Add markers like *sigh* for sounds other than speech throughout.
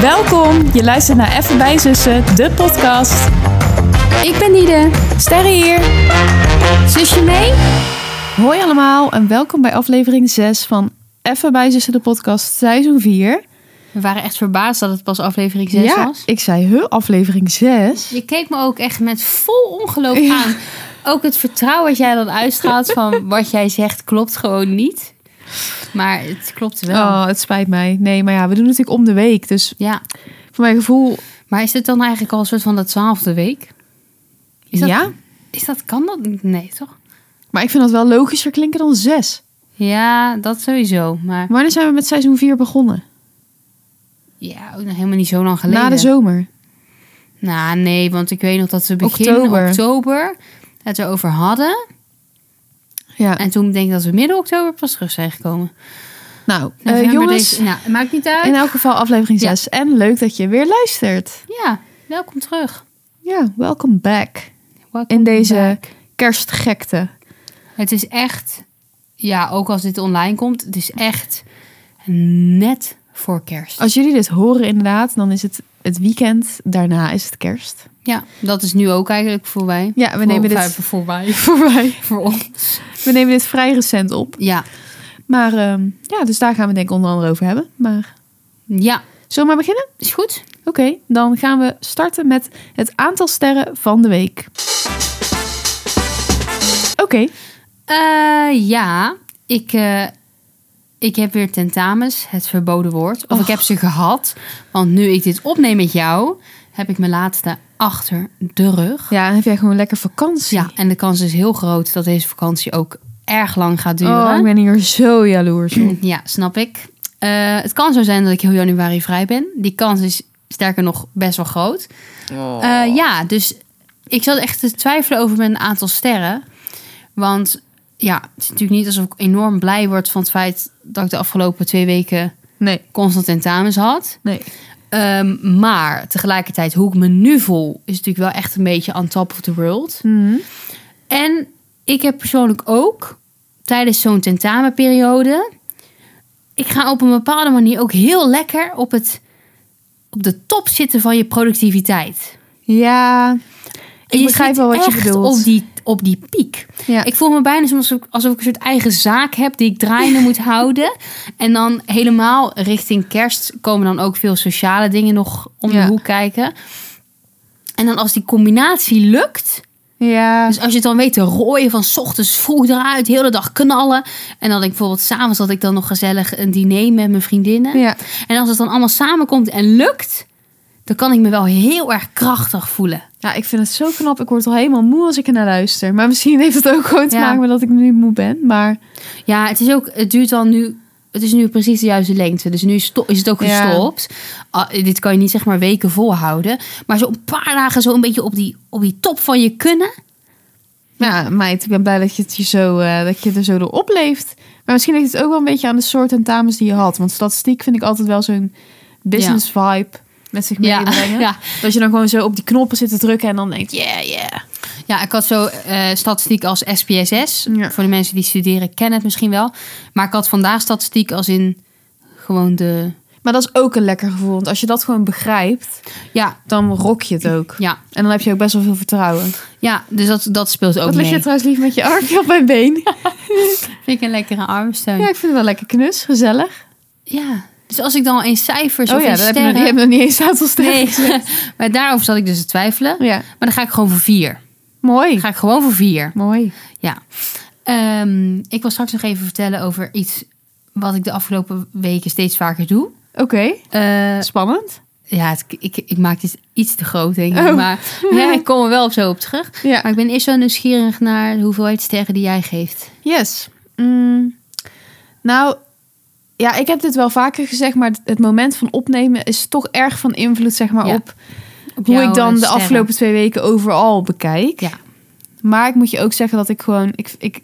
Welkom, je luistert naar Even bij Zussen, de podcast. Ik ben Nide. Sterre hier. Zusje mee? Hoi allemaal en welkom bij aflevering 6 van Even bij Zussen, de podcast, seizoen 4. We waren echt verbaasd dat het pas aflevering 6 ja, was. ik zei, huh, aflevering 6? Je keek me ook echt met vol ongeloof aan. Ook het vertrouwen dat jij dan *laughs* uitstraalt van wat jij zegt klopt gewoon niet. Maar het klopt wel. Oh, het spijt mij. Nee, maar ja, we doen het natuurlijk om de week, dus Ja. voor mijn gevoel... Maar is het dan eigenlijk al een soort van de twaalfde week? Is dat, Ja, Is dat, kan dat? Nee, toch? maar ik vind dat wel logischer klinken dan 6. Ja, dat sowieso. Maar Wanneer zijn we met seizoen 4 begonnen? ja, ook nog helemaal niet zo lang geleden. Na de zomer. Nou, nee, want ik weet nog dat we begin Oktober. oktober, het erover hadden. Ja, En toen denk ik dat we midden oktober pas terug zijn gekomen. nou, eh, November, jongens... december- nou, maakt niet uit. In elk geval aflevering Ja. 6. En leuk dat je weer luistert. Ja, welkom terug. Ja, welcome back. Welkom In deze back. kerstgekte. Het is echt, ja, ook als dit online komt, het is echt net voor kerst. Als jullie dit horen inderdaad, dan is het het weekend. Daarna is het kerst. Ja, dat is nu ook eigenlijk voorbij. Ja, we Voor- nemen voor- dit voorbij. *laughs* voorbij. voor ons. We nemen dit vrij recent op. Ja, Maar ehm, ja, dus daar gaan we denk ik onder andere over hebben. Maar ja, zullen we maar beginnen? is goed. Oké, dan gaan we starten met het aantal sterren van de week. Oké, Eh, ja, ik, eh, ik heb weer tentamens, het verboden woord. Of ik heb ze gehad, want nu ik dit opneem met jou, heb ik mijn laatste achter de rug. ja, dan heb jij gewoon lekker vakantie. Ja, en de kans is heel groot dat deze vakantie ook erg lang gaat Oh, duren. ik ben hier zo jaloers op. *clears throat* ja, snap ik. Eh, het kan zo zijn dat ik heel januari vrij ben. Die kans is sterker nog best wel groot. Eh, ja, dus ik zat echt te twijfelen over mijn aantal sterren. Want ja, het is natuurlijk niet alsof ik enorm blij word van het feit dat ik de afgelopen twee weken *clears throat* Nee, constant tentamens had. nee. Ehm, maar tegelijkertijd, hoe ik me nu voel, is natuurlijk wel echt een beetje on top of the world. Mhm. En ik heb persoonlijk ook tijdens zo'n tentamenperiode. Ik ga op een bepaalde manier ook heel lekker op, het, op de top zitten van je productiviteit. Ja, En ik je begrijp zit wel wat je echt bedoelt. Op die, op die piek. Ja. Ik voel me bijna soms ook alsof ik een soort eigen zaak heb die *laughs* ik draaiende moet houden. En dan helemaal richting kerst komen dan ook veel sociale dingen nog om Ja. de hoek kijken. En dan als die combinatie lukt, ja. dus als je het dan weet te rooien van 's ochtends vroeg eruit, de hele dag knallen. En dan ik bijvoorbeeld s'avonds had ik dan nog gezellig een diner met mijn vriendinnen. ja. En als het dan allemaal samenkomt en lukt, dan kan ik me wel heel erg krachtig voelen. Ja, ik vind het zo knap. Ik word al helemaal moe als ik er naar luister. Maar misschien heeft het ook gewoon te Ja. maken met dat ik nu moe ben. Maar Ja, het is ook, het duurt dan nu, het is nu precies de juiste lengte. Dus nu sto- is het ook Ja. gestopt. Ah, dit kan je niet zeg maar weken volhouden. Maar zo een paar dagen zo een beetje op die, op die top van je kunnen. ja, meid, ik ben blij dat je, het je zo, eh, dat je er zo door opleeft. Maar misschien ligt het ook wel een beetje aan de soort tentamens die je had. Want statistiek vind ik altijd wel zo'n business vibe met zich *laughs* Ja, meebrengen. *laughs* ja. Dat je dan gewoon zo op die knoppen zit te drukken en dan denkt, yeah, yeah. Ja, ik had zo eh, statistiek als SPSS. Ja. Voor de mensen die studeren kennen het misschien wel. Maar ik had vandaag statistiek als in gewoon de... Maar dat is ook een lekker gevoel. Want als je dat gewoon begrijpt, Ja, dan rok je het ook. ja, En dan heb je ook best wel veel vertrouwen. ja dus dat, dat speelt ook Wat mee. lig je trouwens lief met je armpje op mijn been? Vind ik een lekkere armsteun. Ja, Ja. ik vind het wel lekker knus, gezellig. Dus als ik dan in cijfers Oh of ja, in dat heb je, nog, sterren... je hebt nog niet eens aantal sterren. *laughs* nee, maar daarover zat ik dus te twijfelen. *laughs* Ja, Maar dan ga ik gewoon voor vier. mooi. Dan ga ik gewoon voor vier. Mooi. Ja. Ehm, ik wil straks nog even vertellen over iets wat ik de afgelopen weken steeds vaker doe. Oké, Eh, spannend. Ja, het- ik, ik maak dit iets te groot, denk ik. Oh. Maar *laughs* ja, ik kom er wel op zo op terug. Ja. Maar ik ben eerst wel nieuwsgierig naar de hoeveelheid sterren die jij geeft. Yes. Mm, nou, ja, ik heb dit wel vaker gezegd, maar het moment van opnemen is toch erg van invloed, zeg maar, Ja. op hoe jouw, ik dan eh, de sterren. afgelopen twee weken overal bekijk. Ja. Maar ik moet je ook zeggen dat ik gewoon, ik, ik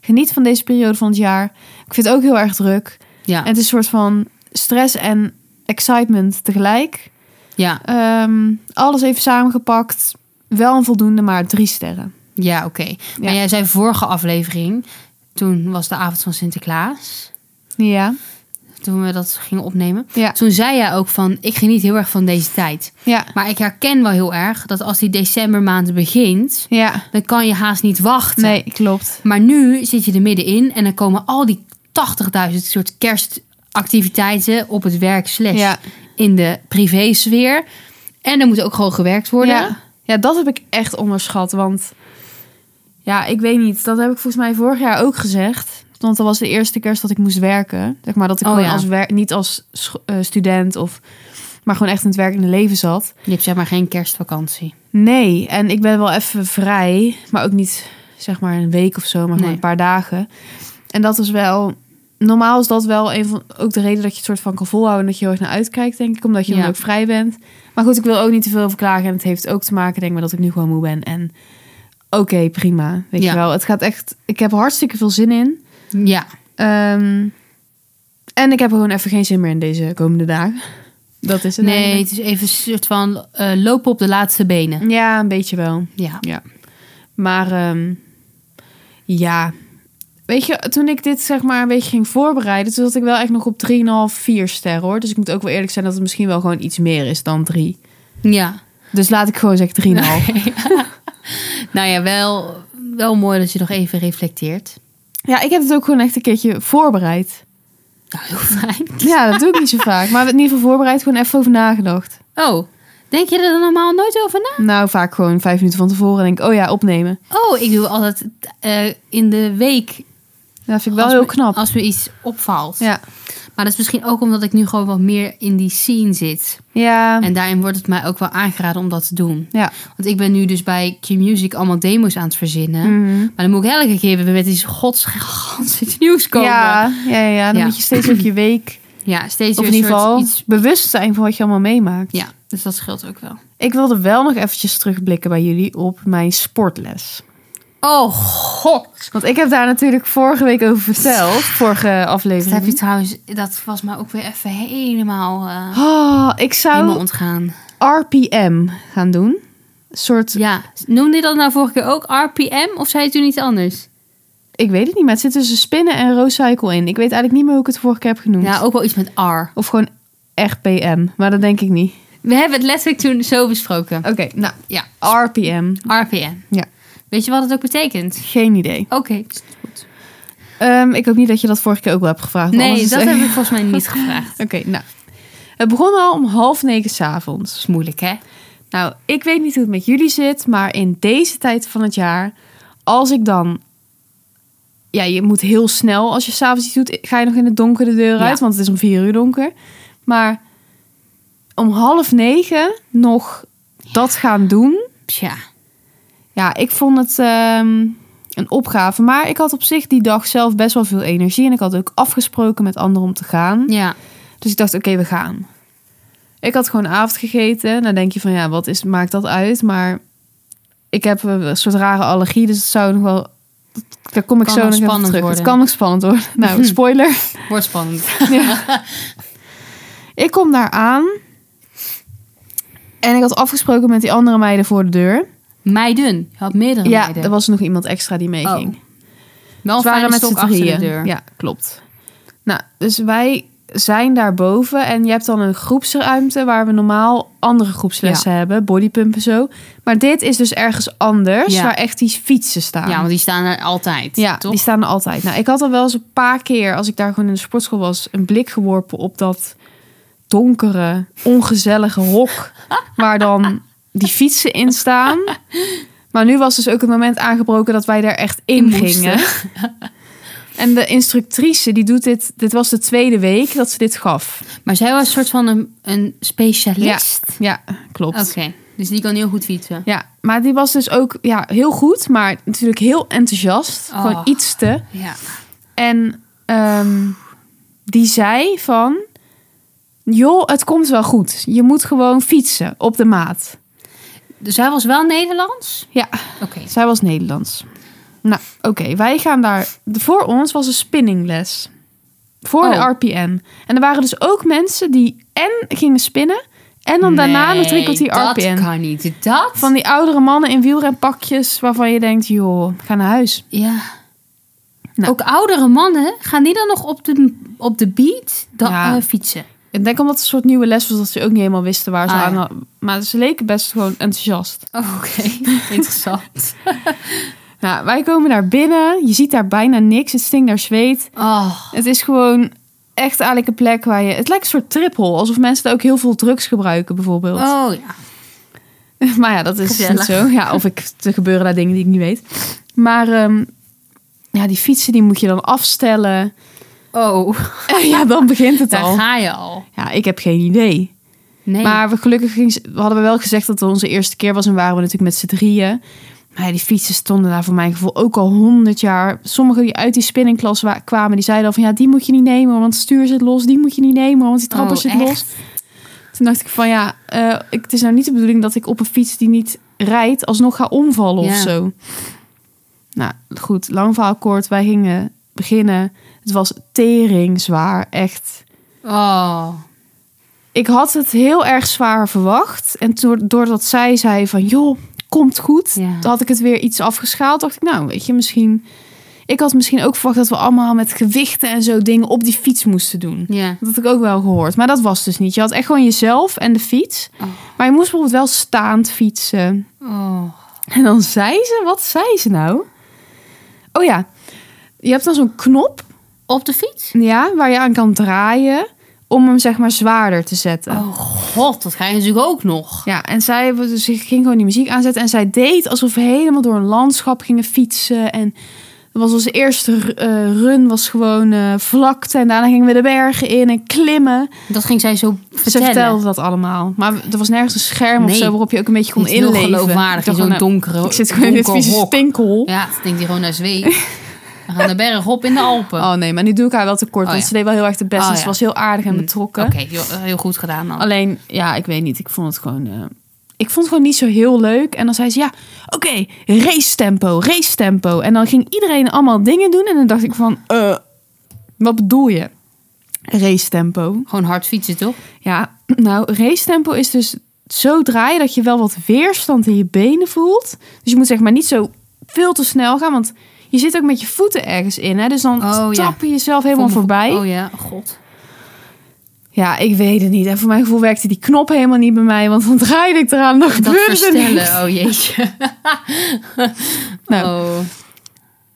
geniet van deze periode van het jaar. Ik vind het ook heel erg druk. Ja, En het is een soort van stress en excitement tegelijk. ja, Ehm, alles even samengepakt. Wel een voldoende, maar drie sterren. ja oké. Maar Ja. jij zei vorige aflevering, toen was de avond van Sinterklaas. Ja. toen we dat gingen opnemen. Ja. Toen zei jij ook van, ik geniet heel erg van deze tijd. Ja. Maar ik herken wel heel erg dat als die decembermaand begint, Ja. dan kan je haast niet wachten. Nee, klopt. Maar nu zit je er middenin en dan komen al die 80.000 soort kerstactiviteiten op het werk slash Ja. in de privésfeer. En er moet ook gewoon gewerkt worden. Ja. ja, dat heb ik echt onderschat. Want ja, ik weet niet. Dat heb ik volgens mij vorig jaar ook gezegd. Want dat was de eerste kerst dat ik moest werken. Zeg maar dat ik Oh, gewoon ja. als wer- niet als scho- eh, student of. maar gewoon echt in het werkende leven zat. Je hebt zeg maar geen kerstvakantie. Nee, en ik ben wel even vrij, maar ook niet zeg maar een week of zo, maar gewoon Nee. een paar dagen. En dat is wel. Normaal is dat wel een van ook de reden dat je het soort van kan volhouden en dat je heel erg naar uitkijkt, denk ik, omdat je Ja. dan ook vrij bent. Maar goed, ik wil ook niet te veel over klagen en het heeft ook te maken, denk ik, met dat ik nu gewoon moe ben. En oké, prima, weet Ja. je wel. Het gaat echt. Ik heb er hartstikke veel zin in. Ja, Ehm, en ik heb gewoon even geen zin meer in deze komende dagen. Dat is het. nee, eigenlijk. het is even een soort van eh, lopen op de laatste benen. Ja, een beetje wel. Ja, Ja. Maar ehm, ja. Weet je, toen ik dit zeg maar een beetje ging voorbereiden, toen zat ik wel echt nog op 3,5, 4 sterren hoor. Dus ik moet ook wel eerlijk zijn dat het misschien wel gewoon iets meer is dan 3. ja. Dus laat ik gewoon zeggen 3,5. Nou ja, wel, wel mooi dat je nog even reflecteert. Ja, ik heb het ook gewoon echt een keertje voorbereid. Nou, heel fijn. Ja, dat doe ik niet zo vaak. Maar in ieder geval voorbereid, gewoon even over nagedacht. Oh, denk je er dan normaal nooit over na? Nou, vaak gewoon vijf minuten van tevoren en denk ik, oh ja, opnemen. Oh, ik doe altijd eh, in de week Dat vind ik wel Als heel me- knap. Als me iets opvalt. Ja. Maar dat is misschien ook omdat ik nu gewoon wat meer in die scene zit. Ja. En daarin wordt het mij ook wel aangeraden om dat te doen. Ja. Want ik ben nu dus bij Q-Music allemaal demo's aan het verzinnen. Mhm. Maar dan moet ik elke keer weer met iets godsgans iets nieuws komen. Ja, ja, ja, ja. Dan Ja. moet je steeds ook je week Ja, steeds Of weer in ieder soort geval iets... bewust zijn van wat je allemaal meemaakt. Ja, dus dat scheelt ook wel. Ik wilde wel nog eventjes terugblikken bij jullie op mijn sportles. Oh, god. Want ik heb daar natuurlijk vorige week over *laughs* verteld. Vorige Dat heb je aflevering. trouwens... Dat was me ook weer even helemaal... eh, Oh, ik helemaal zou ontgaan. RPM gaan doen. Een soort, Ja. Noemde je dat nou vorige keer ook RPM? Of zei je toen iets anders? ik weet het niet, maar het zit tussen spinnen en roadcycle in. Ik weet eigenlijk niet meer hoe ik het vorige keer heb genoemd. Ja, ook wel iets met R. Of gewoon RPM, maar dat denk ik niet. We hebben het letterlijk toen zo besproken. Oké, nou, Ja, RPM. RPM. Ja. Weet je wat het ook betekent? Geen idee. Oké. Ehm, ik hoop niet dat je dat vorige keer ook wel hebt gevraagd. want Nee, anders is dat het heb echt- ik volgens *laughs* mij niet gevraagd. Oké, nou. Het begon al om half negen s'avonds. is moeilijk, hè? Nou, ik weet niet hoe het met jullie zit, maar in deze tijd van het jaar, als ik dan. Ja, je moet heel snel, als je s'avonds iets doet, ga je nog in het donker de deur Ja. uit, want het is om vier uur donker. Maar om half negen nog dat gaan doen. Tja. Ja, ik vond het ehm, een opgave. Maar ik had op zich die dag zelf best wel veel energie. En ik had ook afgesproken met anderen om te gaan. Ja. Dus ik dacht, oké, we gaan. Ik had gewoon avond gegeten. Dan denk je van, ja, wat is, maakt dat uit? Maar ik heb eh, een soort rare allergie, dus het zou nog wel... Daar kom ik Kan zo nog nog even spannend terug. worden. Het kan nog spannend *laughs* worden. Nou, spoiler. Wordt spannend. Ik kom daar aan. En ik had afgesproken met die andere meiden voor de deur. Meiden. Je had meerdere ja, meiden. er was nog iemand extra die Oh. meeging. Wel een Ze waren fijne met stok z'n achter de drieën. deur. Ja, klopt. Nou, dus wij zijn daarboven en je hebt dan een groepsruimte waar we normaal andere groepslessen hebben, bodypump en zo. Maar dit is dus ergens anders Ja. waar echt die fietsen staan. Ja, want die staan er altijd. Ja, toch? die staan er altijd. Nou, ik had al wel eens een paar keer, als ik daar gewoon in de sportschool was, een blik geworpen op dat donkere, ongezellige *laughs* hok waar dan die fietsen in staan. Maar nu was dus ook het moment aangebroken dat wij daar echt in, In moesten. gingen. En de instructrice, die doet dit, dit was de tweede week dat ze dit gaf. Maar zij was een soort van een, een specialist. Ja, klopt. Oké. Dus die kan heel goed fietsen. Ja, maar die was dus ook ja, heel goed, maar natuurlijk heel enthousiast. Oh. Gewoon iets te. Ja. En ehm, die zei van... Joh, het komt wel goed. Je moet gewoon fietsen op de maat. Dus zij was wel Nederlands? Ja, Oké. zij was Nederlands. Nou, oké, wij gaan daar... Voor ons was een spinningles. Voor Oh. de RPM. En er waren dus ook mensen die en gingen spinnen... en dan daarna nog drie Nee, kwartier RPM. dat kan niet. Dat? Van die oudere mannen in wielrenpakjes... waarvan je denkt, joh, ga naar huis. Ja. Nou. Ook oudere mannen gaan die dan nog op de, op de beat dan, Ja. eh, fietsen. Ik denk omdat het een soort nieuwe les was dat ze ook niet helemaal wisten waar ze Ah, aan ja. hadden. Maar ze leken best gewoon enthousiast. Oh, Oké, *laughs* interessant. Nou, wij komen daar binnen. Je ziet daar bijna niks. Het stinkt naar zweet. Oh, Het is gewoon echt eigenlijk een plek waar je... Het lijkt een soort triphol. Alsof mensen daar ook heel veel drugs gebruiken bijvoorbeeld. oh ja. *laughs* Maar ja, dat is Gezellig. niet zo. Ja, of ik, er gebeuren daar dingen die ik niet weet. Maar ehm, ja, die fietsen die moet je dan afstellen. *laughs* Oh, En ja, dan begint het daar al. ga je al. Ja, ik heb geen idee. Nee. Maar we, gelukkig ging ze- hadden we wel gezegd dat het onze eerste keer was. En waren we natuurlijk met z'n drieën. Maar ja, die fietsen stonden daar voor mijn gevoel ook al honderd jaar. Sommigen die uit die spinningklas wa- kwamen, die zeiden al van... Ja, die moet je niet nemen, want het stuur zit los. Die moet je niet nemen, want die trapper Oh, zit echt? los. Toen dacht ik van ja, eh, ik, het is nou niet de bedoeling dat ik op een fiets die niet rijdt alsnog ga omvallen of Ja. zo. Nou goed, lang verhaal kort. Wij gingen beginnen. Het was tering zwaar, echt. Oh, Ik had het heel erg zwaar verwacht. En toen- doordat zij zei van joh, komt goed. Ja. Toen had ik het weer iets afgeschaald. Dacht ik nou weet je, misschien... Ik had misschien ook verwacht dat we allemaal met gewichten en zo dingen op die fiets moesten doen. ja. Dat had ik ook wel gehoord. Maar dat was dus niet. Je had echt gewoon jezelf en de fiets. Oh. Maar je moest bijvoorbeeld wel staand fietsen. Oh. En dan zei ze, wat zei ze nou? Oh ja, je hebt dan zo'n knop Op de fiets? ja, waar je aan kan draaien om hem zeg maar zwaarder te zetten. Oh god, dat ga je natuurlijk ook nog. Ja, en zij dus- ze ging gewoon die muziek aanzetten. En zij deed alsof we helemaal door een landschap gingen fietsen. En dat was onze eerste eh, run was gewoon eh, vlakte. En daarna gingen we de bergen in en klimmen. Dat ging zij zo vertellen. Ze vertelde dat allemaal. Maar er was nergens een scherm of Nee. zo waarop je ook een beetje kon Niet heel inleven. Ik geloofwaardig in dacht zo'n gewoon, nou, donkere Ik zit gewoon in dit donker vieze hok. stinkhol. Ja, het stinkt hier gewoon naar zweet. We gaan de berg op in de Alpen. *laughs* Oh nee, maar nu doe ik haar wel tekort. Oh, want ja. ze deed wel heel erg de best. Oh, en Ze ja. was heel aardig en Hmm. betrokken. Oké, heel, heel goed gedaan dan. Alleen, ja, ik weet niet. Ik vond het gewoon... eh, ik vond het gewoon niet zo heel leuk. En dan zei ze, ja, oké, race tempo, race tempo. En dan ging iedereen allemaal dingen doen. En dan dacht ik van, eh, wat bedoel je? Race tempo. Gewoon hard fietsen, toch? Ja, *clears throat* nou, race tempo is dus zo draaien dat je wel wat weerstand in je benen voelt. Dus je moet zeg maar niet zo veel te snel gaan, want je zit ook met je voeten ergens in. Hè? Dus dan Oh, ja. trap je jezelf helemaal Voor mijn- voorbij. Oh ja, god. Ja, ik weet het niet. En voor mijn gevoel werkte die knop helemaal niet bij mij, want dan draaide ik eraan en dan Dat gebeurde er verstellen, niks. oh jeetje. *laughs* Nou. Oh.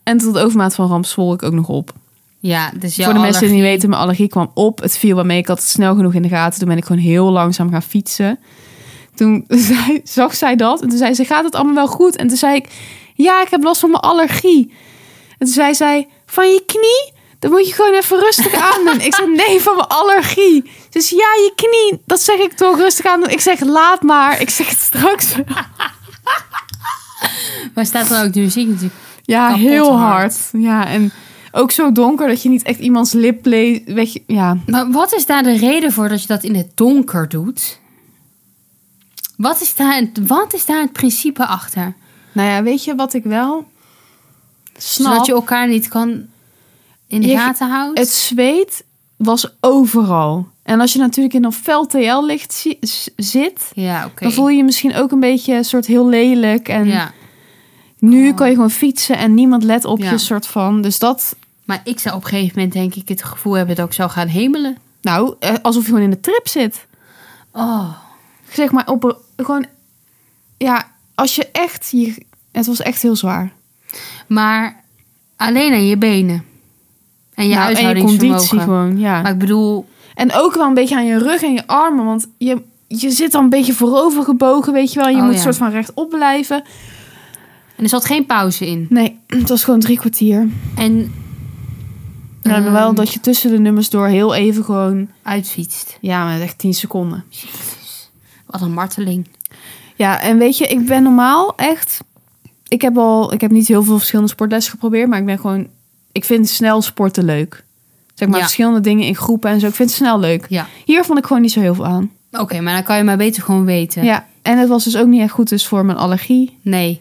En tot overmaat van ramp zwol ik ook nog op. Ja, dus jouw voor de mensen die allergie- niet weten, mijn allergie kwam op. Het viel waarmee ik had het snel genoeg in de gaten. Toen ben ik gewoon heel langzaam gaan fietsen. Toen *laughs* zei- zag zij dat en toen zei ze, gaat het allemaal wel goed? En toen zei ik, ja, ik heb last van mijn allergie. En toen zei zij, van je knie? Dan moet je gewoon even rustig *laughs* aan doen. Ik zei, nee, van mijn allergie. Dus ja, je knie, dat zeg ik toch, rustig aan doen. Ik zeg, laat maar, ik zeg het straks. Maar staat dan ook de muziek natuurlijk. Ja, Kapot heel hard. hard. Ja, en ook zo donker dat je niet echt iemands lip leest. Weet je, ja, Maar wat is daar de reden voor dat je dat in het donker doet? Wat is daar, wat is daar het principe achter? Nou ja, weet je wat ik wel snap? Zodat je elkaar niet kan in de Je- gaten houden? Het zweet was overal. En als je natuurlijk in een fel TL-licht zi- z- zit, Ja, oké. dan voel je je misschien ook een beetje een soort heel lelijk. En Ja. nu Oh. kan je gewoon fietsen en niemand let op Ja. je soort van. Dus dat, Maar ik zou op een gegeven moment denk ik het gevoel hebben dat ik zou gaan hemelen. nou, eh, alsof je gewoon in de trip zit. Oh. Zeg maar, op een- gewoon, ja, als je echt, je, het was echt heel zwaar. Maar alleen aan je benen. En je Nou, en je conditie huishoudingsvermogen. gewoon, ja. maar ik bedoel, En ook wel een beetje aan je rug en je armen. Want je, je zit dan een beetje voorover gebogen, weet je wel. Je Oh, moet ja. soort van rechtop blijven. en er zat geen pauze in. Nee, *clears throat* het was gewoon drie kwartier. En Ja, Ehm. maar wel dat je tussen de nummers door heel even gewoon... uitfietst. Ja, maar echt tien seconden. Wat een marteling. Ja, en weet je, ik ben normaal echt... Ik heb al... Ik heb niet heel veel verschillende sportlessen geprobeerd. Maar ik ben gewoon... Ik vind snel sporten leuk. Zeg maar Ja. verschillende dingen in groepen en zo. Ik vind het snel leuk. Ja. Hier vond ik gewoon niet zo heel veel aan. Oké, maar dan kan je maar beter gewoon Ja. weten. En het was dus ook niet echt goed dus voor mijn allergie. Nee.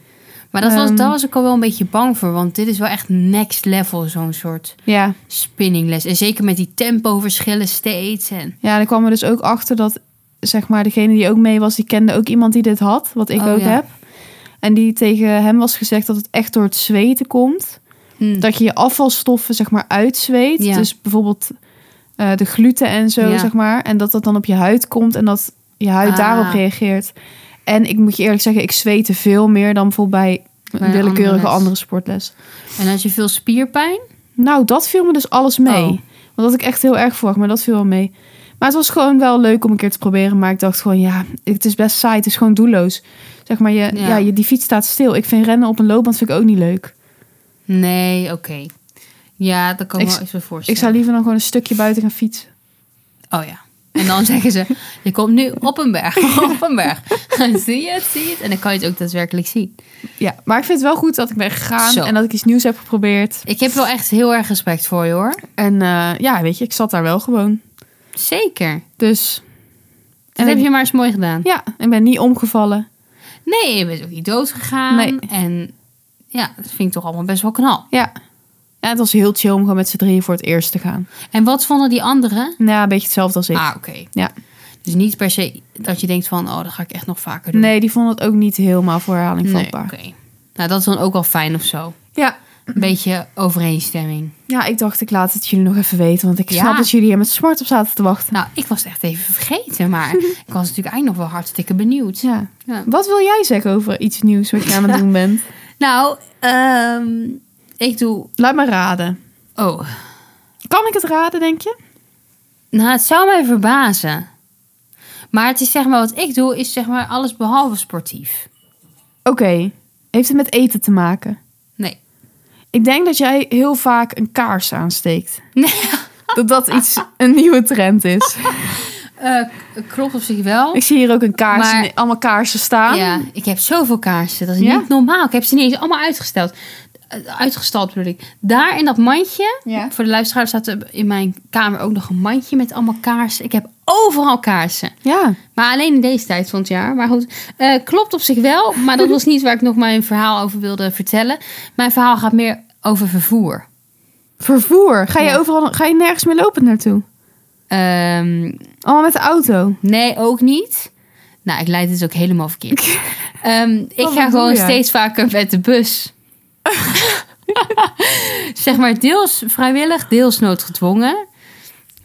Maar dat was, Ehm. daar was ik al wel een beetje bang voor. Want dit is wel echt next level, zo'n soort Ja. spinningles. En zeker met die tempoverschillen steeds. En... Ja, dan kwam er dus ook achter dat, zeg maar, degene die ook mee was, die kende ook iemand die dit had, wat ik Oh, ook ja. heb. En die tegen hem was gezegd dat het echt door het zweten komt. Mm. Hmm. dat je je afvalstoffen zeg maar uitzweet. Ja. Dus bijvoorbeeld eh, de gluten en zo, Ja. zeg maar. En dat dat dan op je huid komt en dat je huid Ah. daarop reageert. En ik moet je eerlijk zeggen, ik zweette veel meer dan bijvoorbeeld bij Bij een een willekeurige andere andere, les. sportles. En had je veel spierpijn? Nou, dat viel me dus alles mee. Oh. Want dat had ik echt heel erg voor, maar dat viel wel mee. Maar het was gewoon wel leuk om een keer te proberen. Maar ik dacht gewoon, ja, het is best saai. Het is gewoon doelloos. Zeg maar, je, Ja. ja. je, die fiets staat stil. Ik vind rennen op een loopband vind ik ook niet leuk. Nee, oké. Ja, dat kan ik Ik me z- wel eens bij voorstellen. Ik zou liever dan gewoon een stukje buiten gaan fietsen. Oh ja. En dan *laughs* zeggen ze, je komt nu op een berg, *laughs* op een berg. *laughs* zie je het, zie je het? En dan kan je het ook daadwerkelijk zien. Ja, maar ik vind het wel goed dat ik ben gegaan Zo. en dat ik iets nieuws heb geprobeerd. Ik heb wel echt heel erg respect voor je hoor. En eh, ja, weet je, ik zat daar wel gewoon. Zeker. Dus. Dat En heb ik- je maar eens mooi gedaan. Ja, ik ben niet omgevallen. Nee, je bent ook niet dood gegaan. Nee. En ja, dat vind ik toch allemaal best wel knal. Ja. ja, het was heel chill om gewoon met z'n drieën voor het eerst te gaan. En wat vonden die anderen? Nou, een beetje hetzelfde als ik. Ah, oké. Ja. Dus niet per se dat je denkt van, oh, dat ga ik echt nog vaker doen. Nee, die vonden het ook niet helemaal voor herhaling Nee, vatbaar. oké. Nou, dat is dan ook wel fijn of zo. Ja. Een beetje overeenstemming. ja, ik dacht ik laat het jullie nog even weten. Want ik Ja. snap dat jullie hier met smart op zaten te wachten. Nou, ik was het echt even *laughs* vergeten, maar ik was natuurlijk eigenlijk nog wel hartstikke benieuwd. Ja. Ja. Wat wil jij zeggen over iets nieuws wat je aan het doen *laughs* bent? Nou, ehm, ik doe. Laat me raden. Oh, Kan ik het raden, denk je? nou, het zou mij verbazen. Maar het is zeg maar wat ik doe, is zeg maar alles behalve sportief. Oké. Heeft het met eten te maken? Nee. Ik denk dat jij heel vaak een kaars aansteekt. Nee. Dat dat *laughs* iets een nieuwe trend is. Eh, klopt op zich wel. Ik zie hier ook een kaars, Maar- allemaal kaarsen staan. Ja, ik heb zoveel kaarsen. Dat is Ja? niet normaal. Ik heb ze niet eens allemaal uitgesteld. Eh, Uitgestald bedoel ik. Daar in dat mandje. Ja. Voor de luisteraar staat er in mijn kamer ook nog een mandje met allemaal kaarsen. Ik heb overal kaarsen. Ja. Maar alleen in deze tijd van het jaar. Maar goed, eh, klopt op zich wel. Maar dat was niet waar ik nog mijn verhaal over wilde vertellen. Mijn verhaal gaat meer over vervoer. Vervoer. Ga je Ja. overal, ga je nergens meer lopend naartoe? Ehm, Allemaal met de auto. nee, ook niet. Nou, ik leid dit ook helemaal *laughs* verkeerd. Ehm, ik Oh, wat ga doe gewoon jij? steeds vaker met de *laughs* bus. zeg maar deels vrijwillig, deels noodgedwongen.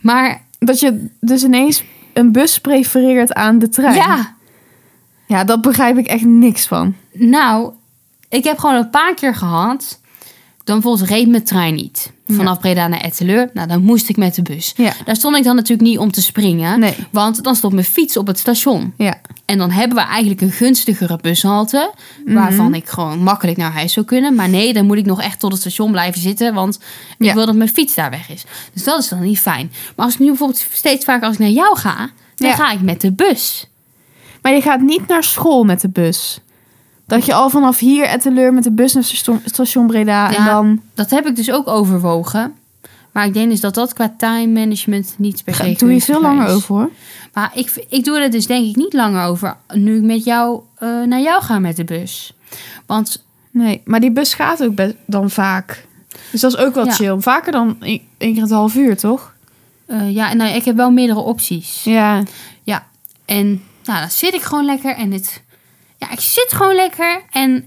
Maar Dat je dus ineens een bus prefereert aan de trein. ja, Ja, dat begrijp ik echt niks van. Nou, ik heb gewoon een paar keer gehad. Dan bijvoorbeeld reed mijn trein niet. Vanaf Breda naar Etteleur. Nou, dan moest ik met de bus. Ja. Daar stond ik dan natuurlijk niet om te springen. Nee. Want dan stond mijn fiets op het station. Ja. En dan hebben we eigenlijk een gunstigere bushalte. Mhm. Waarvan ik gewoon makkelijk naar huis zou kunnen. Maar nee, dan moet ik nog echt tot het station blijven zitten. Want ik Ja. wil dat mijn fiets daar weg is. Dus dat is dan niet fijn. Maar als ik nu bijvoorbeeld steeds vaker als ik naar jou ga. Dan Ja. ga ik met de bus. Maar je gaat niet naar school met de bus. Dat je al vanaf hier Etteleur met de bus naar station- station Breda en Ja. dan... Dat heb ik dus ook overwogen. Maar ik denk dus dat dat qua time management niet per se Daar doe je veel gunstig langer is. over hoor. Maar ik, v- ik doe er dus denk ik niet langer over nu ik met jou eh, naar jou ga met de bus. Want Nee, maar die bus gaat ook best dan vaak. Dus dat is ook wel Ja. chill. Vaker dan één één keer het half uur, toch? eh, ja, nou, ik heb wel meerdere opties. Ja. Ja. En nou, dan zit ik gewoon lekker en het... Ja, ik zit gewoon lekker en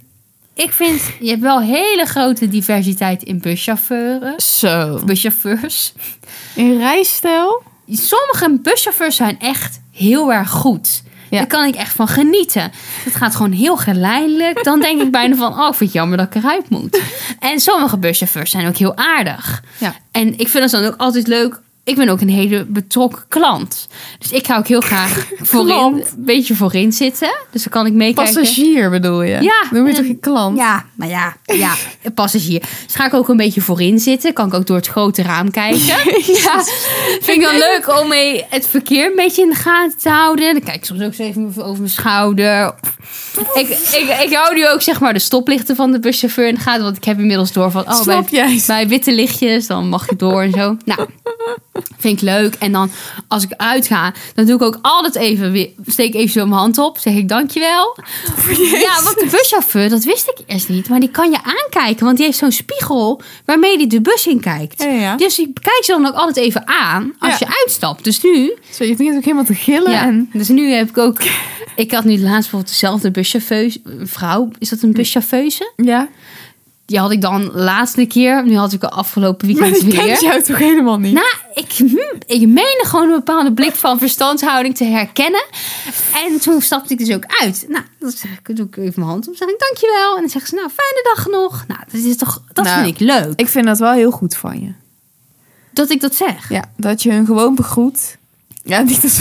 ik vind... Je hebt wel hele grote diversiteit in buschauffeuren. Zo. Buschauffeurs. In rijstijl? Sommige buschauffeurs zijn echt heel erg goed. Ja. Daar kan ik echt van genieten. Het gaat gewoon heel geleidelijk. Dan denk ik bijna van, oh, ik vind het jammer dat ik eruit moet. En sommige buschauffeurs zijn ook heel aardig. Ja. En ik vind dat dan ook altijd leuk. Ik ben ook een hele betrokken klant. Dus ik ga ook heel *laughs* graag voorin, Klant. een beetje voorin zitten. Dus dan kan ik meekijken. Passagier bedoel je? Ja. Noem je toch een klant? Ja, maar ja, ja, een *laughs* passagier. Dus ga ik ook een beetje voorin zitten. Kan ik ook door het grote raam kijken. Ja, vind ik dan leuk om mee het verkeer een beetje in de gaten te houden. Dan kijk ik soms ook zo even over mijn schouder. Ik, ik, ik hou nu ook zeg maar de stoplichten van de buschauffeur in de gaten. Want ik heb inmiddels door van... Oh, bij, Snap jij? bij witte lichtjes, dan mag je door en zo. Nou, vind ik leuk. En dan als ik uitga, dan doe ik ook altijd even... weer- Steek ik even zo mijn hand op. Zeg ik dankjewel. Ja, want de buschauffeur, dat wist ik eerst niet. Maar die kan je aankijken, want die heeft zo'n spiegel waarmee die de bus in kijkt. Ja, ja. Dus ik kijk ze dan ook altijd even aan als Ja. je uitstapt. Dus nu, Zo, je begint ook helemaal te gillen. ja, En... dus nu heb ik ook... Ik had nu laatst bijvoorbeeld dezelfde buschauffeus... Vrouw, is dat een buschauffeuse? ja. Die had ik dan laatste keer. Nu had ik de afgelopen Maar weekend die weer. kent jou toch helemaal niet? Nou, ik, hm, ik meende gewoon een bepaalde blik van verstandshouding te herkennen. En toen stapte ik dus ook uit. Nou, dan zeg ik, doe ik even mijn hand om. zeg ik dankjewel. En dan zeggen ze, nou, fijne dag nog. Nou, dat, is toch, dat Nou. vind ik leuk. Ik vind dat wel heel goed van je. dat ik dat zeg. Ja, dat je hun gewoon begroet. Ja, niet dat *laughs*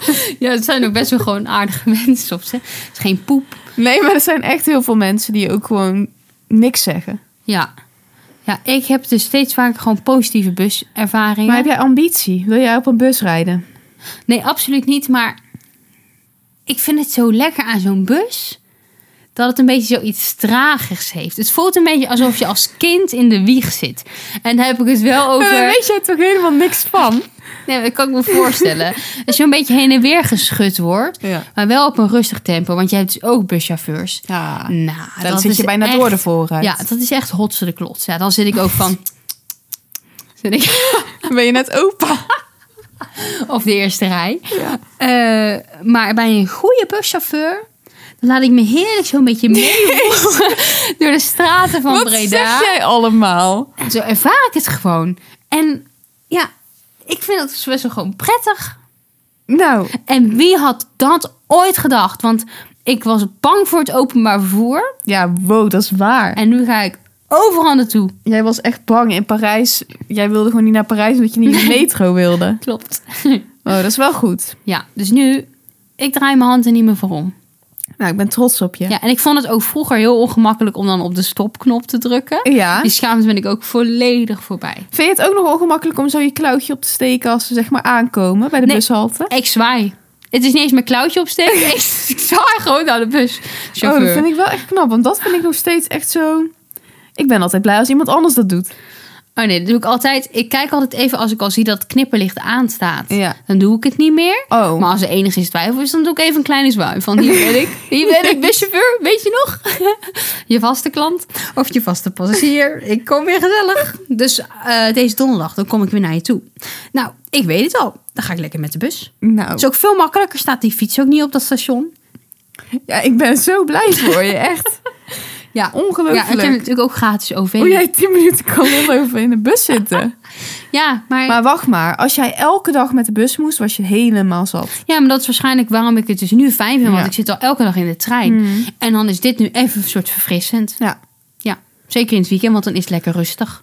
ze- Ja, het zijn ook best wel gewoon aardige *laughs* mensen. Of ze, het is geen poep. Nee, maar er zijn echt heel veel mensen die ook gewoon niks zeggen. Ja. Ja, ik heb dus steeds vaker gewoon positieve buservaringen. Maar heb jij ambitie? Wil jij op een bus rijden? Nee, absoluut niet. Maar ik vind het zo lekker aan zo'n bus. Dat het een beetje zoiets tragigs heeft. Het voelt een beetje alsof je als kind in de wieg zit. En daar heb ik het wel Daar over. Eh, weet jij toch helemaal niks van? Nee, dat kan ik me voorstellen. Als je een beetje heen en weer geschud wordt. Ja. Maar wel op een rustig tempo. Want je hebt dus ook buschauffeurs. Ja, Nou, dan dat zit je is bijna echt- door de vooruit. Ja, dat is echt hotse de klots. Ja, dan zit ik ook *laughs* van... zit ik, Ben je net opa? of de eerste rij. Ja. Eh, maar bij een goede buschauffeur... dan laat ik me heerlijk zo'n beetje *laughs* meevoeren *laughs* door de straten van Wat Breda. zeg jij allemaal? En zo ervaar ik het gewoon. En ja, ik vind dat best wel gewoon prettig. Nou, En wie had dat ooit gedacht? Want ik was bang voor het openbaar vervoer. ja, wow, dat is waar. En nu ga ik overal naartoe. Jij was echt bang in Parijs. Jij wilde gewoon niet naar Parijs omdat je niet *laughs* in de metro wilde. Klopt. Oh, dat is wel goed. Ja, dus nu... Ik draai mijn handen niet meer voor om. Nou, ik ben trots op je. Ja, en ik vond het ook vroeger heel ongemakkelijk om dan op de stopknop te drukken. Ja. Die schaamte ben ik ook volledig voorbij. Vind je het ook nog ongemakkelijk om zo je klauwtje op te steken als ze zeg maar aankomen bij de Nee. bushalte? Ik zwaai. Het is niet eens mijn klauwtje opsteken. *laughs* ik, ik zwaai gewoon naar de bus. Oh, dat vind ik wel echt knap, want dat vind ik nog steeds echt zo... Ik ben altijd blij als iemand anders dat doet. Oh nee, dat doe ik altijd. Ik kijk altijd even als ik al zie dat het knipperlicht aanstaat. Ja. Dan doe ik het niet meer. Oh, Maar als er enigszins twijfel is, dan doe ik even een kleine zwaai. Van hier ben ik. Hier ben ik, buschauffeur. Weet je nog? *laughs* je vaste klant. Of je vaste passagier. Ik kom weer gezellig. Dus eh, deze donderdag, dan kom ik weer naar je toe. Nou, ik weet het al. Dan ga ik lekker met de bus. nou. Het is ook veel makkelijker. Staat die fiets ook niet op dat station. Ja, ik ben zo blij voor je, *laughs* echt. Ja, Ongelooflijk. Ja, ik heb natuurlijk ook gratis OV. Hoe jij 10 minuten kan rondlopen in de bus *laughs* zitten. Ja, maar, Maar wacht maar, als jij elke dag met de bus moest, was je helemaal zat. ja, maar dat is waarschijnlijk waarom ik het dus nu fijn vind. Want Ja. Hmm. ik zit al elke dag in de trein. En dan is dit nu even een soort verfrissend. Ja, Ja, zeker in het weekend, want dan is het lekker rustig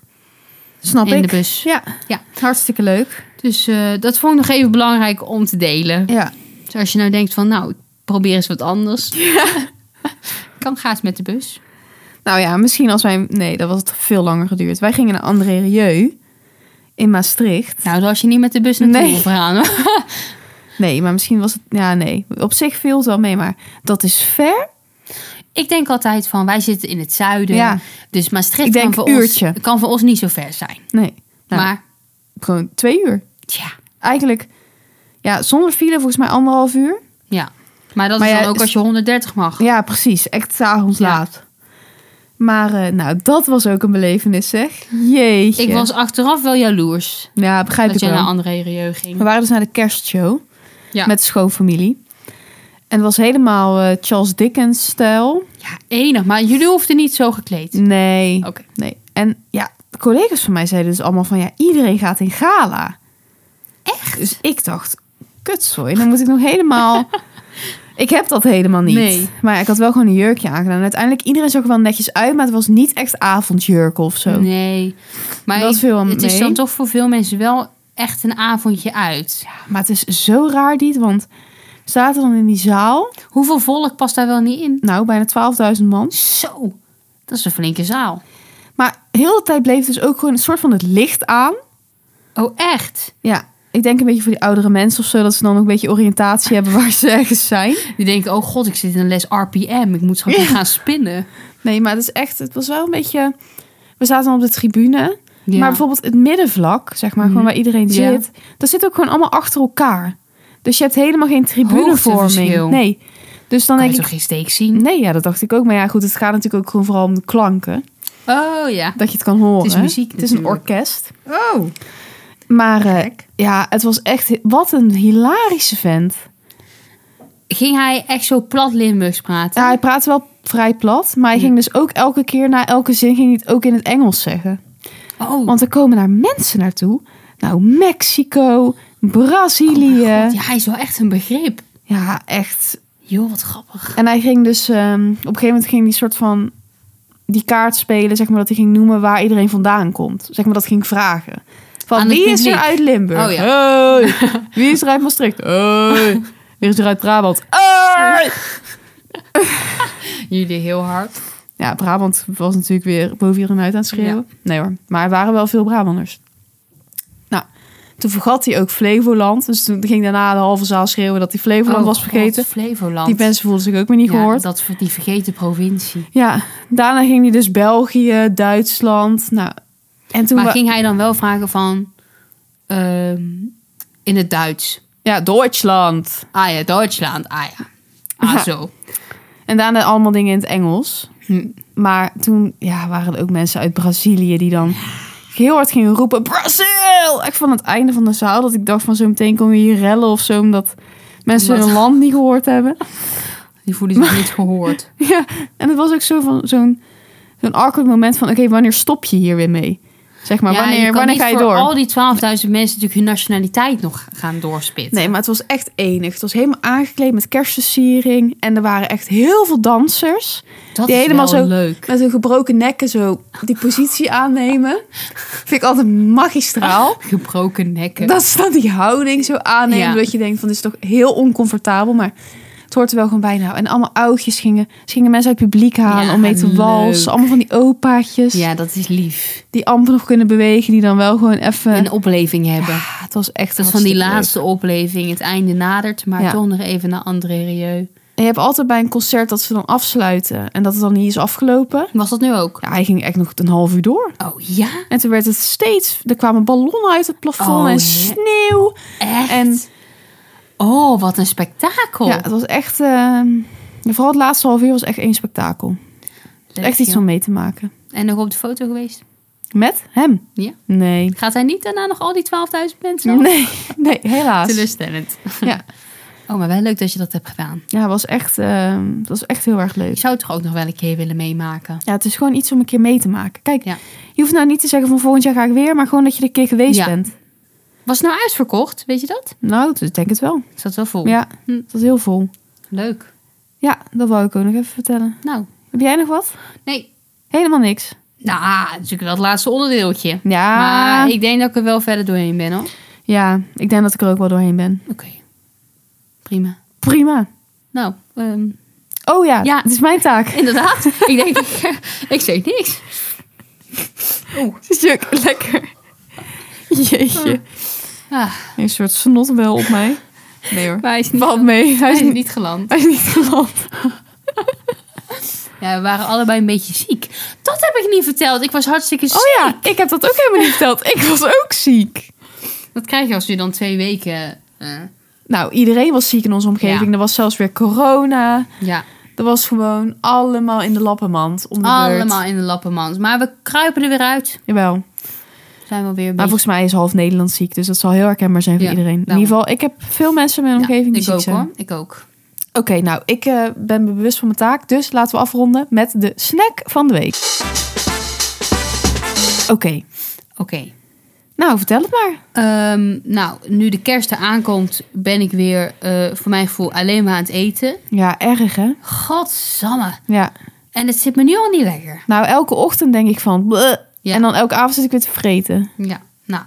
snap in ik. de bus. Ja. Ja. hartstikke leuk. Dus eh, dat vond ik nog even belangrijk om te delen. Ja. Dus als je nou denkt van, nou, ik probeer eens wat *laughs* anders. kan gaas met de bus. Nou ja, misschien als wij... Nee, dat was het veel langer geduurd. Wij gingen naar André Rieu in Maastricht. Nou, als je niet met de bus naartoe Nee. wil gaan. hoor. *laughs* Nee, maar misschien was het... Ja, nee. Op zich viel het wel mee, maar dat is ver. Ik denk altijd van, wij zitten in het zuiden. Ja. Dus Maastricht Ik denk kan, voor uurtje. Ons, kan voor ons niet zo ver zijn. Nee. Nou, Maar, Gewoon twee uur. tja, Eigenlijk, ja, zonder file volgens mij anderhalf uur. ja. Maar dat Maar is dan ja, ook is- als je 130 mag. Ja, precies. Echt s'avonds Ja. laat. Maar eh, nou, dat was ook een belevenis, zeg. Jeetje. Ik was achteraf wel jaloers Ja, begrijp dat ik je naar wel. André Rieu We ging. waren dus naar de kerstshow Ja. met de schoonfamilie. En het was helemaal eh, Charles Dickens-stijl. ja, enig. Maar jullie hoefden niet zo gekleed. Nee, Oké. nee. En ja, de collega's van mij zeiden dus allemaal van... ja, iedereen gaat in gala. Echt? Dus ik dacht, kutzooi, dan moet ik nog *laughs* helemaal... ik heb dat helemaal niet. Nee. Maar ja, ik had wel gewoon een jurkje aangedaan. En uiteindelijk, iedereen zag er wel netjes uit... maar het was niet echt avondjurk of zo. Nee. Maar Dat ik- viel wel het is mee. dan toch voor veel mensen wel echt een avondje uit. Maar het is zo raar dit, want... we zaten dan in die zaal, Hoeveel volk past daar wel niet in? nou, bijna 12.000 man. Zo, dat is een flinke zaal. Maar heel de tijd bleef dus ook gewoon een soort van het licht aan. Oh, echt? Ja, ik denk een beetje voor die oudere mensen of zo... dat ze dan ook een beetje oriëntatie hebben waar ze ergens zijn. Die denken, oh god, ik zit in een les RPM. Ik moet zo Ja. gaan spinnen. Nee, maar het is echt, het was wel een beetje. We zaten op de tribune, Ja. Mhm. maar bijvoorbeeld het middenvlak, zeg maar, gewoon waar iedereen Ja. zit, daar zit ook gewoon allemaal achter elkaar. Dus je hebt helemaal geen Hoogteverschil. tribunevorming. Nee. Dus dan kan je denk toch ik. geen steek zien? Nee, ja, dat dacht ik ook. Maar ja, goed, het gaat natuurlijk ook gewoon vooral om de klanken. Oh ja. Dat je het kan horen. muziek Het is een natuurlijk. orkest. Oh. Maar eh, ja, het was echt... Wat een hilarische vent. Ging hij echt zo plat Limburgs praten? Ja, hij praatte wel vrij plat. Maar hij ging dus ook elke keer na elke zin ging hij het ook in het Engels zeggen. Oh, Want er komen daar mensen naartoe. Nou, Mexico, Brazilië. Oh ja, hij is wel echt een begrip. ja, echt. Joh, wat grappig. En hij ging dus, ehm, op een gegeven moment ging die soort van die kaart spelen, zeg maar, dat hij ging noemen waar iedereen vandaan komt. Zeg maar, dat ging vragen. Van Aan het wie is er publiek. uit Limburg? Oh, ja. Hey. *laughs* Wie is er uit Maastricht? Hey. Wie is er uit Brabant? Hey. Jullie heel hard. Ja, Brabant was natuurlijk weer boven hier en uit aan het schreeuwen. Nee hoor, maar er waren wel veel Brabanders. Nou, toen vergat hij ook Flevoland. Dus toen ging daarna de halve zaal schreeuwen dat hij Flevoland was vergeten. Oh God, Flevoland. Die mensen voelden zich ook weer niet Ja, gehoord. dat, die vergeten provincie. Ja, daarna ging hij dus België, Duitsland. Nou, en toen maar we- ging hij dan wel vragen van... ehm, in het Duits. Ja, Duitsland. Ah ja, Duitsland. Ah ja. Ah Ja. zo. En daarna allemaal dingen in het Engels. Hm. Maar toen ja, waren er ook mensen uit Brazilië die dan heel hard gingen roepen... Brazil! Echt van het einde van de zaal. Dat ik dacht van zo meteen komen hier rellen of zo. Omdat mensen Omdat- hun land niet gehoord hebben. *laughs* Die voelen zich niet gehoord. Ja, en het was ook zo van zo'n zo'n awkward moment van... Oké, wanneer stop je hier weer mee? Zeg *laughs* maar, Ja, je wanneer, kan wanneer niet ga je voor door? al die 12.000 mensen natuurlijk hun nationaliteit nog gaan doorspitten. Nee, maar het was echt enig. Het was helemaal aangekleed met kersensiering. En er waren echt heel veel dansers. dat die is helemaal wel zo- leuk. Met hun gebroken nekken zo die positie aannemen. Vind ik altijd magistraal. *laughs* Gebroken nekken. Dat ze dan die houding zo aannemen. Ja. Dat je denkt van dit is toch heel oncomfortabel. Maar het hoort er wel gewoon bij nou. En allemaal oudjes gingen. Ze gingen mensen uit het publiek halen Ja, om mee te leuk. walsen. Allemaal van die opaatjes. Ja, dat is lief. Die amper nog kunnen bewegen. Die dan wel gewoon even... Een opleving hebben. Ah, het was echt dat is van die hartstikke leuk. laatste opleving. Het einde nadert, maar Ja. toch nog even naar André Rieu. En je hebt altijd bij een concert dat ze dan afsluiten. En dat het dan niet is afgelopen. Was dat nu ook? Ja, hij ging echt nog een half uur door. Oh ja? En toen werd het steeds... Er kwamen ballonnen uit het plafond Oh, en hè? sneeuw. Echt? En Oh, wat een spektakel. ja, het was echt... ehm, vooral het laatste half uur was echt één spektakel. Leuk, echt iets joh. om mee te maken. En nog op de foto geweest. Met hem? Ja. Nee. Gaat hij niet daarna nog al die 12.000 mensen? af? *laughs* Nee, nee, helaas. Teleurstellend. *laughs* Ja. Oh, maar wel leuk dat je dat hebt gedaan. Ja, het was echt, ehm, het was echt heel erg Ik leuk. zou het toch ook nog wel een keer willen meemaken. Ja, het is gewoon iets om een keer mee te maken. Kijk, Ja. je hoeft nou niet te zeggen van volgend jaar ga ik weer, maar gewoon dat je er een keer geweest Ja. bent. Was het nou uitverkocht? Weet je dat? Nou, ik denk het wel. Is dat wel vol? Ja, Hm. dat is heel vol. Leuk. Ja, dat wou ik ook nog even vertellen. Nou, Heb jij nog wat? nee. Helemaal niks. Nou, natuurlijk wel het laatste onderdeeltje. Ja. Maar ik denk dat ik er wel verder doorheen ben hoor. Ja, ik denk dat ik er ook wel doorheen ben. Oké. Prima. Prima. Nou, ehm, Oh ja, Ja. het is mijn *laughs* taak. inderdaad. ik denk, *laughs* ik zeg niks. Het is ook lekker. Jeetje. Ah, Een soort snot wel op mij. Nee hoor. maar hij is niet, Valt mee. Hij is niet, geland. hij is niet geland. Ja, we waren allebei een beetje ziek. Dat heb ik niet verteld. Ik was hartstikke ziek. Oh ja, ik heb dat ook helemaal niet verteld. Ik was ook ziek. Dat krijg je als je dan twee weken... eh, Nou, iedereen was ziek in onze omgeving. Ja. Er was zelfs weer corona. ja, Er was gewoon allemaal in de lappenmand. Om de beurt. allemaal in de lappenmand. Maar we kruipen er weer uit. Jawel. Zijn we weer Maar een beetje... volgens mij is half Nederland ziek. Dus dat zal heel herkenbaar zijn voor Ja, iedereen. In daarom. ieder geval, ik heb veel mensen in mijn Ja, omgeving die ik ziek ook zijn. hoor. Ik ook. Oké, nou, ik eh, ben me bewust van mijn taak. Dus laten we afronden met de snack van de week. Oké, Oké. nou, vertel het maar. Ehm, nou, nu de kerst eraan komt, ben ik weer eh, voor mijn gevoel alleen maar aan het eten. Ja, erg hè? Godsamme. Ja. En het zit me nu al niet lekker. Nou, elke ochtend denk ik van... bleh. Ja. En dan elke avond zit ik weer te vreten. Ja, nou.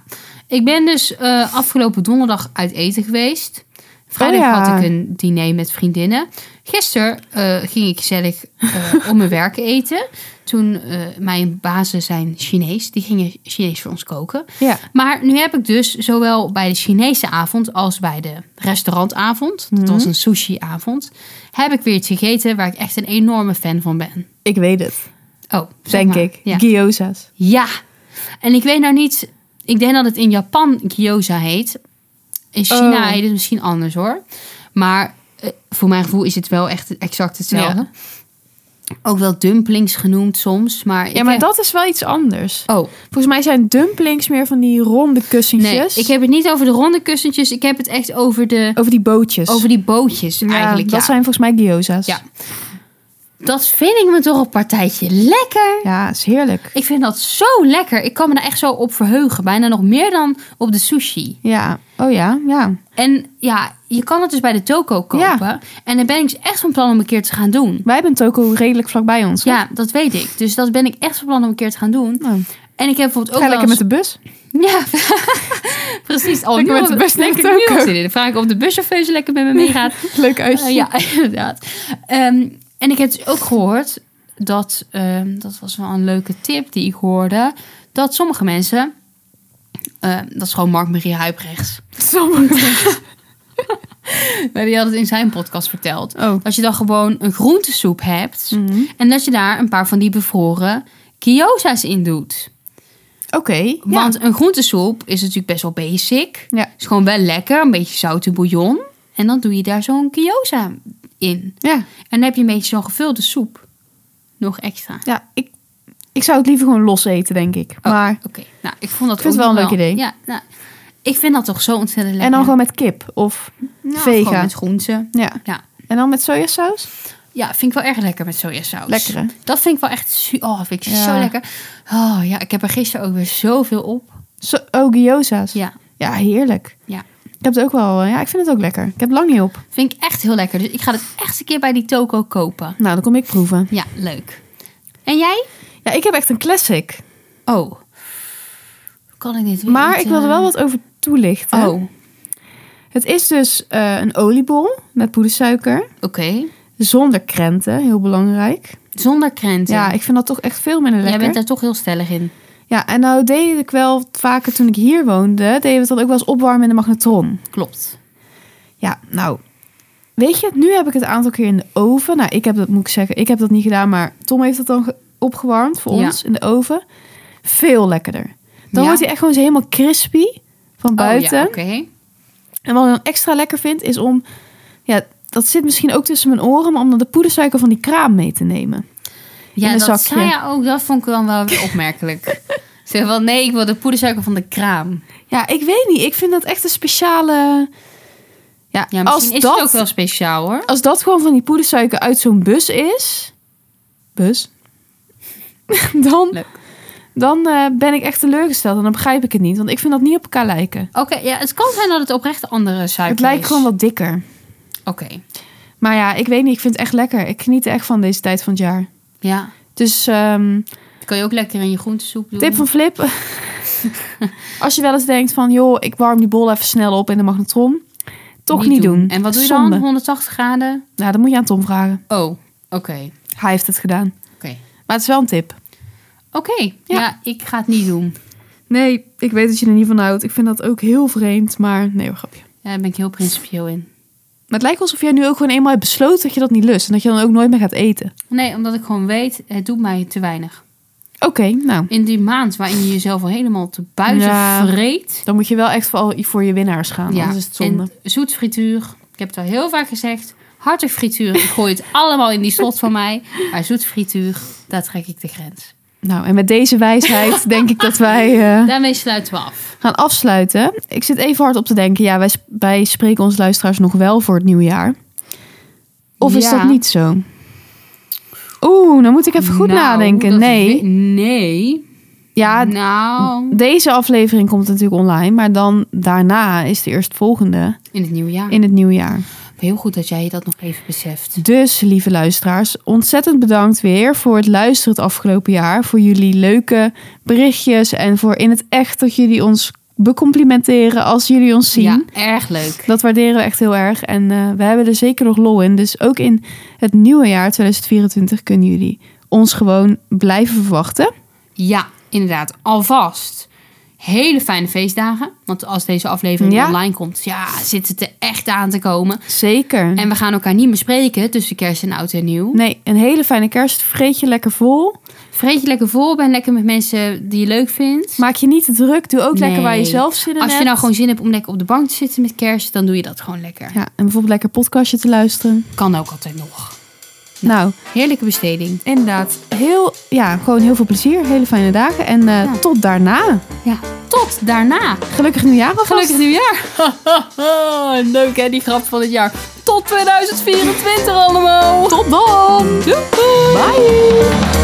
Ik ben dus eh, afgelopen donderdag uit eten geweest. Vrijdag Oh ja. had ik een diner met vriendinnen. Gisteren eh, ging ik gezellig eh, om *laughs* mijn werk eten. Toen eh, mijn bazen zijn Chinees. Die gingen Chinees voor ons koken. Ja. Maar nu heb ik dus zowel bij de Chinese avond als bij de restaurantavond, dat Mhm. was een sushi-avond, heb ik weer iets gegeten waar ik echt een enorme fan van ben. Ik weet het, Oh, zeg denk maar. ik. Ja. Gyoza's. ja. En ik weet nou niet, ik denk dat het in Japan gyoza heet. In China Oh. heet het misschien anders hoor. Maar eh, voor mijn gevoel is het wel echt exact hetzelfde. Ook wel dumplings genoemd soms, maar Ja, maar dat is wel iets anders. Oh, Volgens mij zijn dumplings meer van die ronde nee. kussentjes. Ik heb het niet over de ronde kussentjes. Ik heb het echt over de Over die bootjes. Over die bootjes Ja, eigenlijk, Dat ja. zijn volgens mij gyoza's. Ja. Dat vind ik me toch een partijtje lekker. Ja, is heerlijk. Ik vind dat zo lekker. Ik kan me daar echt zo op verheugen. Bijna nog meer dan op de sushi. Ja, oh ja, ja. En ja, je kan het dus bij de toko kopen. Ja. En daar ben ik dus echt van plan om een keer te gaan doen. Wij hebben een toko redelijk vlakbij ons. Ja, dat weet ik. Dus dat ben ik echt van plan om een keer te gaan doen. Nou, En ik heb bijvoorbeeld ook ga lekker wel met eens- de bus. Ja, *laughs* precies. Al Lekker nu met de al- bus naar de lekker nu al toko. zin in. Dan vraag ik of de buschauffeur zo lekker met me *laughs* meegaat. Leuk uitje. Eh, ja, *laughs* inderdaad. Ehm, en ik heb dus ook gehoord dat, ehm, dat was wel een leuke tip die ik hoorde, dat sommige mensen, ehm, dat is gewoon Mark-Marie Huibrechts, *laughs* maar die had het in zijn podcast verteld, Oh. dat je dan gewoon een groentesoep hebt Mm. en dat je daar een paar van die bevroren gyoza's in doet. Oké. Want... Want een groentesoep is natuurlijk best wel basic. Ja. Is gewoon wel lekker, een beetje zoute bouillon. En dan doe je daar zo'n gyoza in. Ja. En dan heb je een beetje zo'n gevulde soep. Nog extra. Ja, ik, ik zou het liever gewoon los eten, denk ik. Oh, maar... Oké, nou, ik vond dat Ik vind ook het wel nog een leuk idee. Ja, nou, ik vind dat toch zo ontzettend lekker. En dan gewoon met kip of... Nou, vega. gewoon met groenten. Ja. Ja. En dan met sojasaus? ja, vind ik wel erg lekker met sojasaus. Lekker, hè? Dat vind ik wel echt su- oh, vind ik Ja. zo lekker. Oh ja, ik heb er gisteren ook weer zoveel op. So oh, gyoza's. Ja, Ja, heerlijk. ja. Ik heb het ook wel... eh, Ja, ik vind het ook lekker. Ik heb het lang niet op. Vind ik echt heel lekker. Dus ik ga het echt een keer bij die toko kopen. Nou, dan kom ik proeven. Ja, leuk. En jij? Ja, ik heb echt een classic. Oh. Kan ik dit weer Maar niet, ik wil er eh, wel wat over toelichten. Oh, oké. Het is dus eh, een oliebol met poedersuiker. Zonder krenten, heel belangrijk. Zonder krenten. Ja, ik vind dat toch echt veel minder Jij lekker. bent daar toch heel stellig in. Ja, en nou deed ik wel vaker toen ik hier woonde, deden we het dan ook wel eens opwarmen in de magnetron. Klopt. Oh, Ja, nou, weet je, nu heb ik het een aantal keer in de oven. Nou, ik heb dat, moet ik zeggen, ik heb dat niet gedaan, maar Tom heeft dat dan ge- opgewarmd voor Ja. ons in de oven. Veel lekkerder. Dan Ja? wordt hij echt gewoon eens helemaal crispy van buiten. Oh, ja, oké. En wat ik dan extra lekker vind, is om, ja, dat zit misschien ook tussen mijn oren, maar om dan de poedersuiker van die kraam mee te nemen. Ja, een dat zakje. zei je ook. Dat vond ik dan wel weer *laughs* opmerkelijk. Zeg wel, nee, ik wil de poedersuiker van de kraam. Ja, ik weet niet. Ik vind dat echt een speciale. Ja, Ja, misschien als, is dat, het ook wel speciaal, hoor. als dat gewoon van die poedersuiker uit zo'n bus is. Bus? *laughs* dan Leuk. dan eh, ben ik echt teleurgesteld en dan begrijp ik het niet. Want ik vind dat niet op elkaar lijken. Oké, ja, het kan zijn dat het oprecht andere suiker het lijkt is. gewoon wat dikker. Oké, Maar ja, ik weet niet. Ik vind het echt lekker. Ik geniet er echt van deze tijd van het jaar. ja. Dus ehm, Dat kan je ook lekker in je groentesoep doen. tip van *laughs* Flip. als je wel eens denkt van... joh, ik warm die bol even snel op in de magnetron. Toch niet, doen. En wat doe je Zonde. dan? 180 graden? Nou, dat moet je aan Tom vragen. Oh, oké. Hij heeft het gedaan. Oké. Maar het is wel een tip. Oké, Ja. ja. ik ga het niet doen. Nee, ik weet dat je er niet van houdt. Ik vind dat ook heel vreemd, maar nee, hoor, grapje. Ja, daar ben ik heel principieel in. Maar het lijkt wel alsof jij nu ook gewoon eenmaal hebt besloten dat je dat niet lust. En dat je dan ook nooit meer gaat eten. Nee, omdat ik gewoon weet, het doet mij te weinig. Oké, nou. In die maand waarin je jezelf al helemaal te buiten Ja. vreet. Dan moet je wel echt vooral voor je winnaars gaan. Ja. Anders is het zonde. en zoet frituur. Ik heb het al heel vaak gezegd. Hartig frituur. Ik gooi het *laughs* allemaal in die slot van mij. Maar zoet frituur, daar trek ik de grens. Nou, en met deze *laughs* wijsheid denk ik dat wij eh, Daarmee sluiten we af. gaan afsluiten. Ik zit even hard op te denken. Ja, wij, sp- wij spreken onze luisteraars nog wel voor het nieuwe jaar. Of is Ja. dat niet zo? Oeh, dan moet ik even goed Nou, nadenken. dat Nee. we- nee. Ja, nou, Deze aflevering komt natuurlijk online, maar dan daarna is de eerstvolgende in het nieuwe jaar. in het nieuwe jaar. Heel goed dat jij dat nog even beseft. Dus lieve luisteraars, ontzettend bedankt weer voor het luisteren het afgelopen jaar. Voor jullie leuke berichtjes en voor in het echt dat jullie ons becomplimenteren als jullie ons zien. Ja, erg leuk. Dat waarderen we echt heel erg en eh, we hebben er zeker nog lol in. Dus ook in het nieuwe jaar 2024 kunnen jullie ons gewoon blijven verwachten. Ja, inderdaad. Alvast hele fijne feestdagen. Want als deze aflevering Ja. online komt, ja, zit het er echt aan te komen. Zeker. En we gaan elkaar niet meer spreken tussen kerst en oud en nieuw. Nee, een hele fijne kerst. Vreet je lekker vol. Vreet je lekker vol, ben lekker met mensen die je leuk vindt. Maak je niet te druk. Doe ook lekker Nee. waar je zelf zin in als je hebt. nou gewoon zin hebt om lekker op de bank te zitten met kerst, dan doe je dat gewoon lekker. Ja, en bijvoorbeeld lekker podcastje te luisteren. Kan ook altijd nog. Nou, Heerlijke besteding. inderdaad. Heel, ja, gewoon heel veel plezier. Hele fijne dagen. En eh, Ja. tot daarna. Ja, tot daarna. Gelukkig nieuwjaar alvast. Gelukkig nieuwjaar. *laughs* Leuk hè, die grap van het jaar. Tot 2024 allemaal. Tot dan. Doei. doei. Bye.